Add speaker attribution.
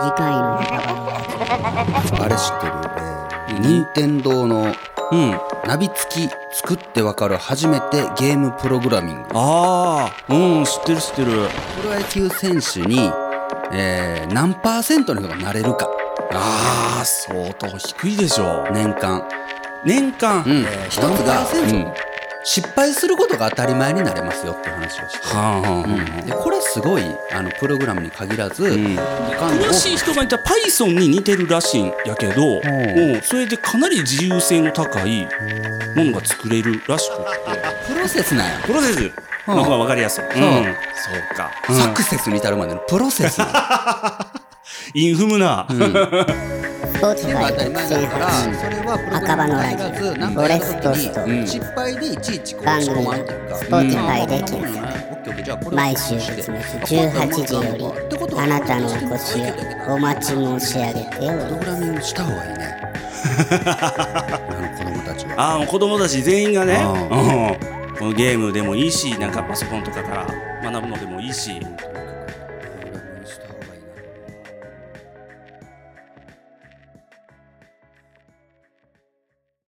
Speaker 1: 次回の墓場は
Speaker 2: あれ知ってるえー任天堂の
Speaker 3: うん。あ
Speaker 2: ナビ付き作ってわかる初めてゲームプログラミング
Speaker 3: あー、うん、知ってる知ってる。
Speaker 2: プロ野球選手に、えー何パーセントの人がなれるか
Speaker 3: ああ、相当低いでしょ。
Speaker 2: 年間
Speaker 3: 年間、
Speaker 2: うん
Speaker 3: えー
Speaker 2: 一つが
Speaker 3: うん
Speaker 2: うん失敗することが当たり前になれますよって話をして、
Speaker 3: はあ、はあ、は
Speaker 2: でこれすごいあのプログラムに限らず、
Speaker 3: ん
Speaker 2: 他
Speaker 3: あ
Speaker 2: の
Speaker 3: 詳しい人がいた Python に似てるらしいんやけど、うん、それでかなり自由性の高いものが作れるらしくって
Speaker 2: プロセスなんや、
Speaker 3: プロセスの方が分かりやすい、うん
Speaker 2: そう
Speaker 3: そうか、
Speaker 2: サクセスに至るまでのプロセスなんや
Speaker 3: インフムな、
Speaker 1: スポーツ
Speaker 2: 全部
Speaker 1: 界
Speaker 2: 当たり
Speaker 1: 特
Speaker 2: 前
Speaker 1: 製
Speaker 2: だから
Speaker 1: 発信
Speaker 2: それはプログラムに限らず何かやった時
Speaker 1: 赤羽
Speaker 2: に
Speaker 1: の
Speaker 2: うん失敗でいちいちこう仕込まんっていうか
Speaker 1: スポーツ界で金
Speaker 2: うん
Speaker 1: さん
Speaker 2: オッケーオッケーじゃあこれを
Speaker 1: 毎週月末18時よりあなたのお越しをお待ち申し上げており
Speaker 2: プロ
Speaker 1: ま
Speaker 2: グ
Speaker 1: す
Speaker 2: ラミングした方がいい ねあの子供たちは
Speaker 3: ああ子供たち全員がね、
Speaker 2: う
Speaker 3: うんこのゲームでもいいしなんかパソコンとかから学ぶのでもいいし